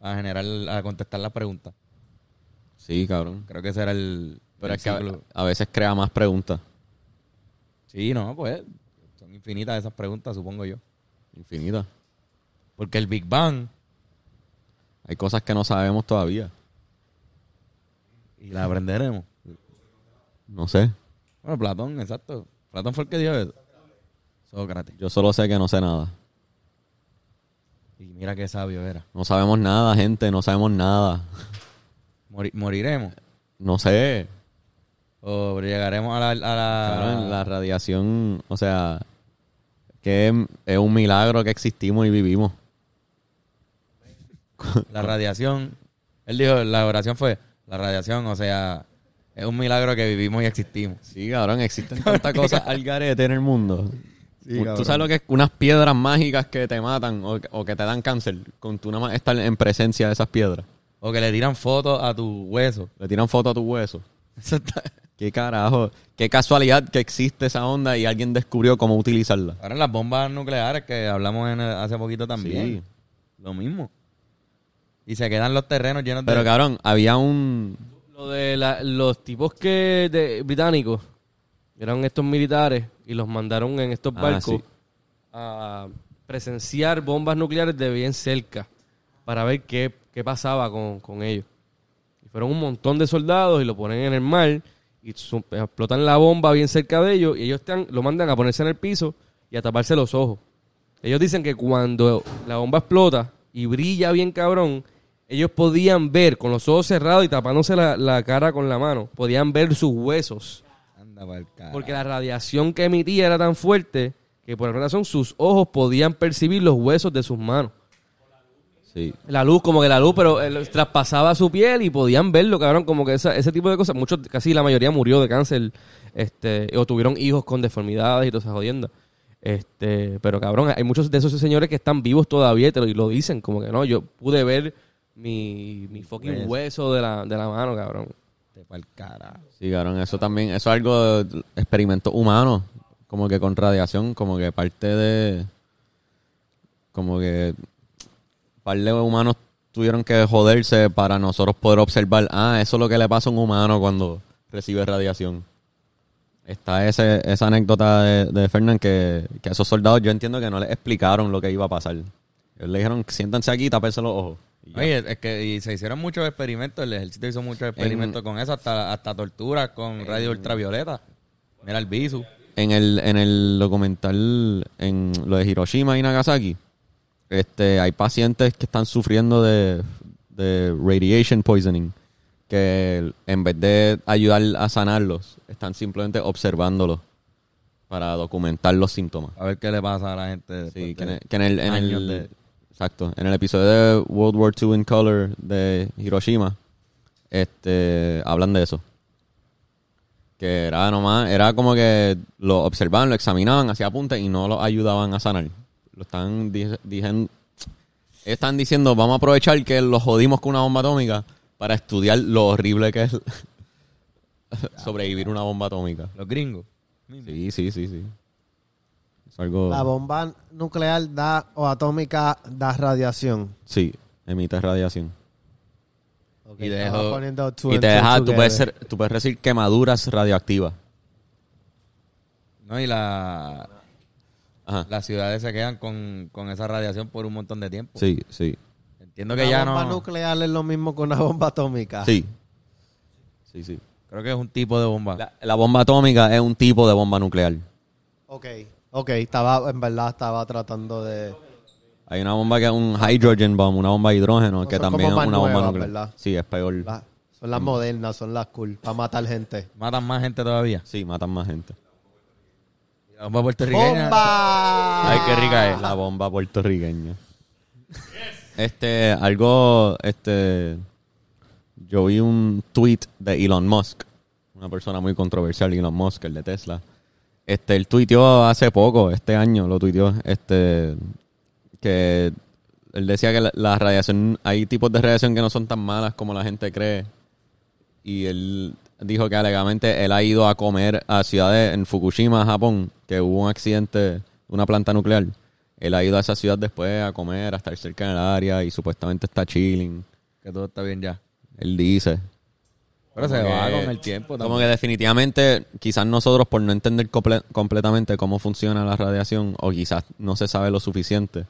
Speaker 2: a generar, a contestar las preguntas.
Speaker 1: Sí, cabrón.
Speaker 2: Creo que ese era el...
Speaker 1: Pero
Speaker 2: el
Speaker 1: es que a,
Speaker 2: ciclo.
Speaker 1: a veces crea más preguntas.
Speaker 2: Sí, no, pues son infinitas esas preguntas, supongo yo.
Speaker 1: Infinitas.
Speaker 2: Porque el Big Bang
Speaker 1: Hay cosas que no sabemos todavía.
Speaker 2: y la aprenderemos.
Speaker 1: No sé.
Speaker 2: Bueno, Platón, exacto. Platón fue el que dijo eso. Sócrates.
Speaker 1: Yo solo sé que no sé nada.
Speaker 2: Y mira qué sabio era.
Speaker 1: No sabemos nada, gente. No sabemos nada.
Speaker 2: Mori- moriremos.
Speaker 1: No sé.
Speaker 2: O llegaremos a la... a la-
Speaker 1: Cabrón,
Speaker 4: Ah.
Speaker 1: la radiación, o sea, que es, es un milagro que existimos y vivimos.
Speaker 2: La radiación. Él dijo, la oración fue la radiación, o sea, es un milagro que vivimos y existimos.
Speaker 1: Sí, cabrón, existen tantas cosas al garete en el mundo.
Speaker 4: Sí,
Speaker 1: Un- Tú
Speaker 4: cabrón.
Speaker 1: sabes lo que es unas piedras mágicas que te matan o, que- o que te dan cáncer con tú nada más estar en presencia de esas piedras.
Speaker 2: O que le tiran fotos a tu hueso.
Speaker 1: Le tiran foto a tu hueso.
Speaker 2: Eso está-
Speaker 1: Qué carajo, qué casualidad que existe esa onda y alguien descubrió cómo utilizarla.
Speaker 2: Ahora las bombas nucleares que hablamos en- hace poquito también. Lo mismo. Y se quedan los terrenos llenos
Speaker 1: Pero
Speaker 2: de...
Speaker 1: cabrón, había un
Speaker 6: Lo de la- los tipos que de, británicos eran estos militares y los mandaron en estos
Speaker 1: Ah,
Speaker 6: barcos
Speaker 1: sí.
Speaker 6: a presenciar bombas nucleares de bien cerca para ver qué, qué pasaba con, con ellos. Y fueron un montón de soldados y lo ponen en el mar y su- explotan la bomba bien cerca de ellos y ellos están, lo mandan a ponerse en el piso y a taparse los ojos. Ellos dicen que cuando la bomba explota y brilla bien cabrón, ellos podían ver con los ojos cerrados y tapándose la, la cara con la mano, podían ver sus huesos.
Speaker 2: Anda pa'l carajo.
Speaker 6: Porque la radiación que emitía era tan fuerte que por alguna razón sus ojos podían percibir los huesos de sus manos.
Speaker 1: Sí.
Speaker 6: La luz, como que la luz, pero eh, lo- traspasaba su piel y podían verlo, cabrón, como que esa- ese tipo de cosas. Muchos, casi la mayoría murió de cáncer, este, o tuvieron hijos con deformidades y todas esas jodiendas. Este, pero cabrón, hay muchos de esos señores que están vivos todavía y, te lo, y lo dicen, como que no, yo pude ver mi, mi fucking
Speaker 2: Hueso.
Speaker 6: hueso de la, de la mano, cabrón.
Speaker 2: Te pa'l carajo.
Speaker 1: Sí, cabrón, eso también, eso es algo de experimentos humanos, como que con radiación, como que parte de, como que par de humanos tuvieron que joderse para nosotros poder observar, ah, eso es lo que le pasa a un humano cuando recibe radiación. Está ese, esa anécdota de, de Fernán que, que a esos soldados yo entiendo que no les explicaron lo que iba a pasar. Ellos le dijeron, siéntanse aquí y tapense los ojos. Y ya.
Speaker 2: Oye, es que y se hicieron muchos experimentos, el ejército hizo muchos experimentos con eso, hasta, hasta torturas con radio ultravioleta. Mira el visu.
Speaker 1: en el, en el documental, en lo de Hiroshima y Nagasaki, este, hay pacientes que están sufriendo de, de radiation poisoning, que en vez de ayudar a sanarlos, están simplemente observándolos para documentar los síntomas.
Speaker 2: A ver qué le pasa a la gente.
Speaker 1: Sí,
Speaker 2: después
Speaker 1: que
Speaker 2: de-
Speaker 1: en el, que en el- en el-
Speaker 2: años de-
Speaker 1: exacto, en el episodio de World War II in Color de Hiroshima, este, hablan de eso. Que era nomás, era como que lo observaban, lo examinaban, hacía apuntes y no los ayudaban a sanar. Lo están di- dijen- están diciendo, vamos a aprovechar que los jodimos con una bomba atómica para estudiar lo horrible que es sobrevivir una bomba atómica.
Speaker 2: Los gringos.
Speaker 1: Sí, sí, sí, sí. Es algo...
Speaker 3: La
Speaker 2: Oh.
Speaker 3: bomba nuclear da o atómica da radiación.
Speaker 1: Sí, emite radiación.
Speaker 2: Y dejo-
Speaker 3: Estaba poniendo two
Speaker 1: Y
Speaker 3: and
Speaker 1: te
Speaker 3: two
Speaker 1: deja, tú
Speaker 3: together.
Speaker 1: puedes, ser, tú puedes recibir quemaduras radioactivas.
Speaker 2: No, y la,
Speaker 1: Ajá.
Speaker 2: las ciudades se quedan con, con esa radiación por un montón de tiempo.
Speaker 1: Sí, sí.
Speaker 2: Entiendo
Speaker 3: Una
Speaker 2: que ya
Speaker 3: bomba
Speaker 2: no.
Speaker 3: nuclear es lo mismo que una bomba atómica.
Speaker 1: Sí. Sí, sí.
Speaker 2: Creo que es un tipo de bomba.
Speaker 1: La, la bomba atómica es un tipo de bomba nuclear.
Speaker 3: Ok, ok, estaba, en verdad estaba tratando de...
Speaker 1: Hay una bomba que es un hydrogen bomb, una bomba de hidrógeno, que
Speaker 3: son como
Speaker 1: también es
Speaker 3: más
Speaker 1: una bomba
Speaker 3: nuevas,
Speaker 1: nuclear.
Speaker 3: ¿verdad?
Speaker 1: Sí, es peor.
Speaker 3: la- son
Speaker 2: Mm.
Speaker 3: las modernas, son las cool, para matar gente.
Speaker 2: Matan más gente todavía.
Speaker 1: Sí, matan más gente.
Speaker 2: La bomba puertorriqueña.
Speaker 3: ¡Bomba!
Speaker 2: Ay, qué rica es.
Speaker 1: La bomba puertorriqueña. Este, algo, este, yo vi un tweet de Elon Musk, una persona muy controversial, Elon Musk, el de Tesla. Este, él tuiteó hace poco, este año lo tuiteó, este, que él decía que la, la radiación, hay tipos de radiación que no son tan malas como la gente cree. Y él dijo que alegadamente él ha ido a comer a ciudades en Fukushima, Japón, que hubo un accidente de una planta nuclear. Él ha ido a esa ciudad después a comer, a estar cerca del área y supuestamente está chilling.
Speaker 2: Que todo está bien ya.
Speaker 1: Él dice.
Speaker 2: Pero se
Speaker 1: Como
Speaker 2: va
Speaker 1: que-
Speaker 2: con el tiempo
Speaker 1: Como
Speaker 2: también.
Speaker 1: que definitivamente, quizás nosotros por no entender comple- completamente cómo funciona la radiación, o quizás no se sabe lo suficiente,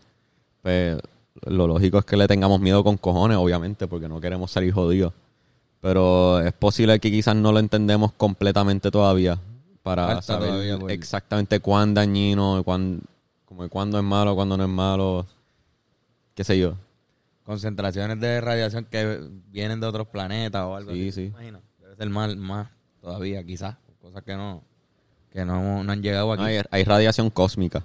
Speaker 1: pues lo lógico es que le tengamos miedo con cojones, obviamente, porque no queremos salir jodidos. Pero es posible que quizás no lo entendemos completamente todavía para
Speaker 2: Falta
Speaker 1: saber
Speaker 2: todavía por-
Speaker 1: exactamente cuán dañino, cuán, como que cuándo es malo, cuándo no es malo, qué sé yo.
Speaker 2: Concentraciones de radiación que vienen de otros planetas o algo
Speaker 1: Sí,
Speaker 2: así.
Speaker 1: sí.
Speaker 2: Imagino. Debe ser más, más todavía, quizás. Cosas que no, que no, no han llegado aquí.
Speaker 1: No, hay, hay radiación cósmica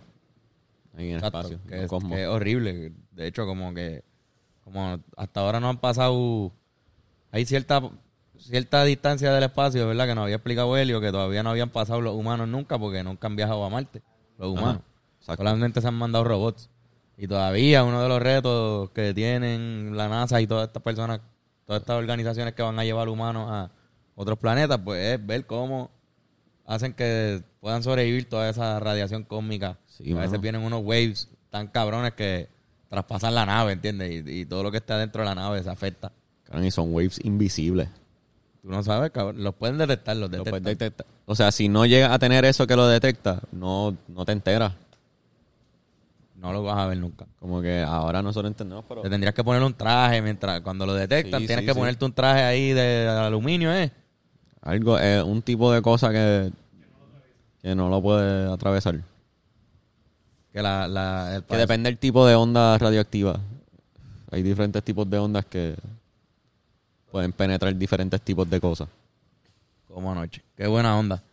Speaker 1: ahí en el
Speaker 2: Exacto,
Speaker 1: espacio, en
Speaker 2: que
Speaker 1: el
Speaker 2: es,
Speaker 1: cosmos.
Speaker 2: que es horrible. De hecho, como que como hasta ahora no han pasado... Hay cierta cierta distancia del espacio, ¿verdad? Que nos había explicado Helio, que todavía no habían pasado los humanos nunca porque nunca han viajado a Marte, los
Speaker 1: Ajá,
Speaker 2: humanos.
Speaker 1: exacto.
Speaker 2: Solamente se han mandado robots. Y todavía uno de los retos que tienen la NASA y todas estas personas, todas estas organizaciones que van a llevar humanos a otros planetas, pues es ver cómo hacen que puedan sobrevivir toda esa radiación cósmica.
Speaker 1: Sí,
Speaker 2: a veces
Speaker 1: mano.
Speaker 2: vienen unos waves tan cabrones que traspasan la nave, ¿entiendes? Y, y todo lo que está dentro de la nave se afecta.
Speaker 1: Cabrón, y son waves invisibles.
Speaker 2: Tú no sabes, cabrón. Los pueden detectar, los
Speaker 1: Lo
Speaker 2: detectan.
Speaker 1: puedes detectar. O sea, si no llegas a tener eso que lo detecta, no, no te enteras.
Speaker 2: No lo vas a ver nunca.
Speaker 1: Como que ahora nosotros entendemos, pero
Speaker 2: Te tendrías que poner un traje mientras cuando lo detectan.
Speaker 1: Sí,
Speaker 2: tienes
Speaker 1: sí,
Speaker 2: que
Speaker 1: sí.
Speaker 2: ponerte un traje ahí de aluminio, ¿eh?
Speaker 1: algo es un tipo de cosa que, que no lo puede atravesar.
Speaker 2: Que la, la, el
Speaker 1: Que depende del tipo de onda radioactiva. Hay diferentes tipos de ondas que pueden penetrar diferentes tipos de cosas.
Speaker 2: Como anoche. Qué buena onda.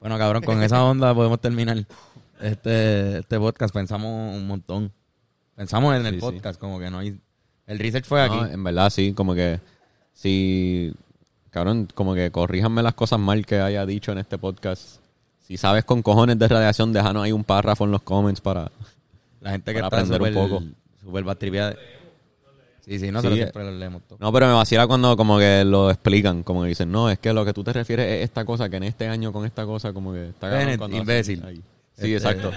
Speaker 2: Bueno, cabrón, con esa onda podemos terminar este, este podcast. Pensamos un montón. Pensamos en el
Speaker 1: Sí, sí.
Speaker 2: podcast, como que no hay El research fue aquí.
Speaker 1: No, eh, en verdad, sí, como que. Si. Cabrón, como que corríjanme las cosas mal que haya dicho en este podcast. Si sabes con cojones de radiación, déjanos ahí un párrafo en los comments para.
Speaker 2: La gente que
Speaker 1: Para
Speaker 2: está
Speaker 1: aprender un
Speaker 2: súper
Speaker 1: poco.
Speaker 2: súper batripeada. Sí, sí,
Speaker 1: Sí,
Speaker 2: nosotros
Speaker 1: eh.
Speaker 2: siempre los leemos todo.
Speaker 1: No, pero me vacila cuando como que lo explican, como que dicen, no, es que lo que tú te refieres es esta cosa, que en este año con esta cosa, como que está cabrón
Speaker 2: Bennett,
Speaker 1: cuando hacen
Speaker 2: imbécil.
Speaker 1: ahí. Sí,
Speaker 2: Este-
Speaker 1: exacto.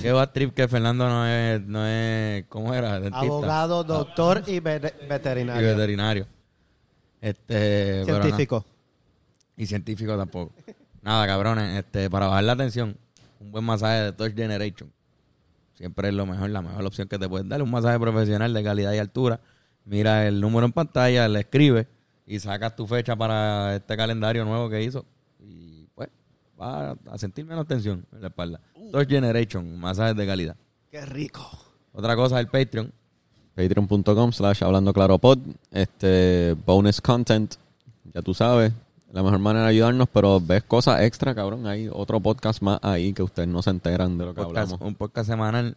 Speaker 2: Qué bad trip que Fernando no es, no es, ¿cómo era? Dentista. Ah,
Speaker 3: Abogado, doctor y ve-
Speaker 2: Y
Speaker 3: veterinario.
Speaker 2: veterinario. Este, pero no.
Speaker 3: Científico.
Speaker 2: Y científico tampoco. Nada, cabrones, este, para bajar la tensión, un buen masaje de Touch Generation. Siempre es lo mejor, la mejor opción que te pueden dar. Un masaje profesional de calidad y altura. Mira el número en pantalla, le escribes y sacas tu fecha para este calendario nuevo que hizo. Y pues, va a sentir menos tensión en la espalda.
Speaker 1: Uh.
Speaker 2: Touch Generation, masajes de calidad.
Speaker 3: Qué rico.
Speaker 2: Otra cosa es el Patreon.
Speaker 1: Patreon.com slash hablando claro pod. Este, bonus content. Ya tú sabes. La mejor manera de ayudarnos, pero ves cosas extra, cabrón. Hay otro podcast más ahí que ustedes no se enteran de lo que
Speaker 2: podcast-
Speaker 1: hablamos.
Speaker 2: un podcast semanal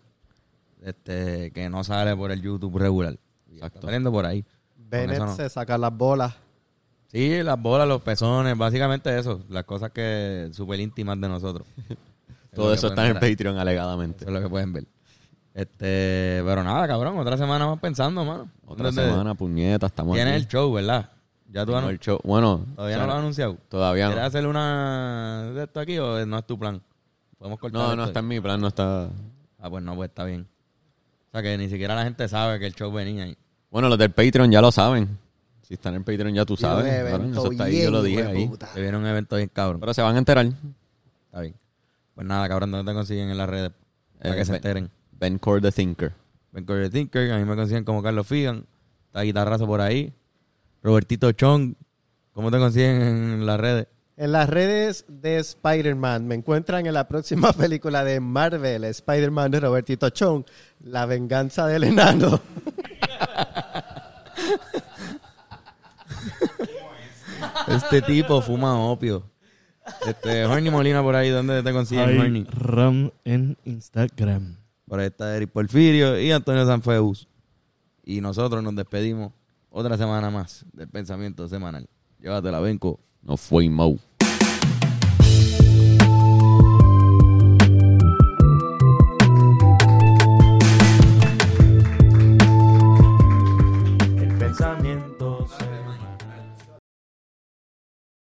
Speaker 2: este, que no sale por el YouTube regular. Está
Speaker 1: Exacto.
Speaker 2: saliendo por ahí.
Speaker 3: Bennett
Speaker 2: eso no.
Speaker 3: se saca las bolas.
Speaker 2: Sí, las bolas, los pezones, básicamente eso. Las cosas que súper íntimas de nosotros. Es lo
Speaker 1: Todo
Speaker 2: que
Speaker 1: eso está
Speaker 2: pueden
Speaker 1: en el
Speaker 2: ver ahí.
Speaker 1: Patreon alegadamente.
Speaker 2: Eso es lo que pueden ver. Este, pero nada, cabrón, otra semana más pensando, mano.
Speaker 1: Otra
Speaker 2: Desde-
Speaker 1: semana, puñeta, estamos
Speaker 2: Tienes
Speaker 1: aquí.
Speaker 2: el show, ¿verdad? Ya tú
Speaker 1: Tengo
Speaker 2: anu-
Speaker 1: el show. Bueno,
Speaker 2: todavía no lo has anunciado.
Speaker 1: todavía
Speaker 2: ¿Quieres
Speaker 1: no.
Speaker 2: hacer una de esto aquí o no es tu plan? Podemos cortar
Speaker 1: No,
Speaker 2: esto
Speaker 1: no
Speaker 2: ahí.
Speaker 1: está en mi plan, no está...
Speaker 2: Ah, pues no, pues está bien. O sea, que ni siquiera la gente sabe que el show venía ahí.
Speaker 1: Bueno, los del Patreon ya lo saben. Si están en Patreon ya tú sabes.
Speaker 3: Y un
Speaker 1: cabrón,
Speaker 3: evento
Speaker 1: eso está ahí,
Speaker 3: bien,
Speaker 1: yo lo dije
Speaker 3: hijo de
Speaker 1: ahí.
Speaker 3: puta.
Speaker 2: Se viene un evento bien cabrón.
Speaker 1: Pero se van a enterar.
Speaker 2: Está bien. Pues nada, cabrón, ¿dónde te consiguen en las redes? Para
Speaker 1: Eh,
Speaker 2: que se
Speaker 1: ve-
Speaker 2: enteren.
Speaker 1: Ben Core the Thinker.
Speaker 2: Ben Correa Thinker, a mí me consiguen como Carlos Figan. Está guitarrazo por ahí. Robertito Chong, ¿cómo te consiguen en las redes?
Speaker 3: En las redes de Spider-Man me encuentran en la próxima película de Marvel, Spider-Man de Robertito Chong, La venganza del enano.
Speaker 2: Este tipo fuma opio. Este, Horny Molina por ahí, ¿dónde te consiguen,
Speaker 5: Hay
Speaker 2: Horny?
Speaker 5: Ram en Instagram.
Speaker 2: Por ahí está Eric Porfirio y Antonio Sanfeus. Y nosotros nos despedimos otra semana más del pensamiento semanal. Llévatela, Benco.
Speaker 1: No fue Mo.